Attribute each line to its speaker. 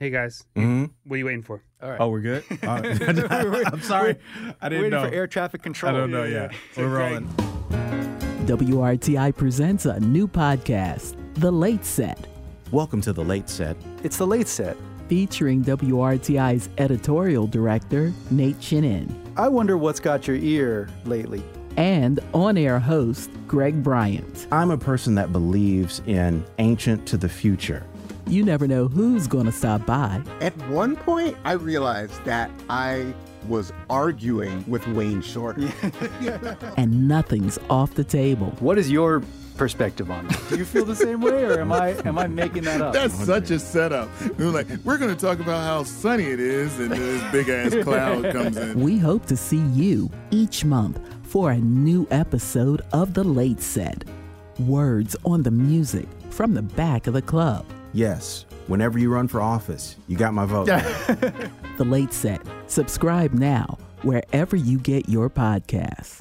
Speaker 1: Hey guys,
Speaker 2: hmm
Speaker 1: what are you waiting for?
Speaker 3: All right.
Speaker 2: Oh, we're good. All right. I'm sorry. I didn't
Speaker 3: Waiting
Speaker 2: know.
Speaker 3: for air traffic control.
Speaker 2: I don't know.
Speaker 1: Yeah,
Speaker 2: Yeah,
Speaker 1: yeah.
Speaker 2: we're
Speaker 1: Greg.
Speaker 2: rolling.
Speaker 4: WRTI presents a new podcast, The Late Set,
Speaker 2: Welcome to the late set.
Speaker 3: It's the late set.
Speaker 4: featuring WRTI's editorial director, Nate Chinin,
Speaker 3: I wonder what's got your ear lately.
Speaker 4: and on air host, Greg Bryant.
Speaker 5: I'm a person that believes in ancient to the future.
Speaker 4: You never know who's going to stop by.
Speaker 6: At one point, I realized that I was arguing with Wayne Shorter.
Speaker 4: and nothing's off the table.
Speaker 3: What is your perspective on that? Do you feel the same way, or am I am I making that up?
Speaker 7: That's such a setup. We were like, we're going to talk about how sunny it is, and this big ass cloud comes in.
Speaker 4: We hope to see you each month for a new episode of The Late Set. Words on the music from the back of the club.
Speaker 5: Yes, whenever you run for office, you got my vote.
Speaker 4: The Late Set. Subscribe now wherever you get your podcasts.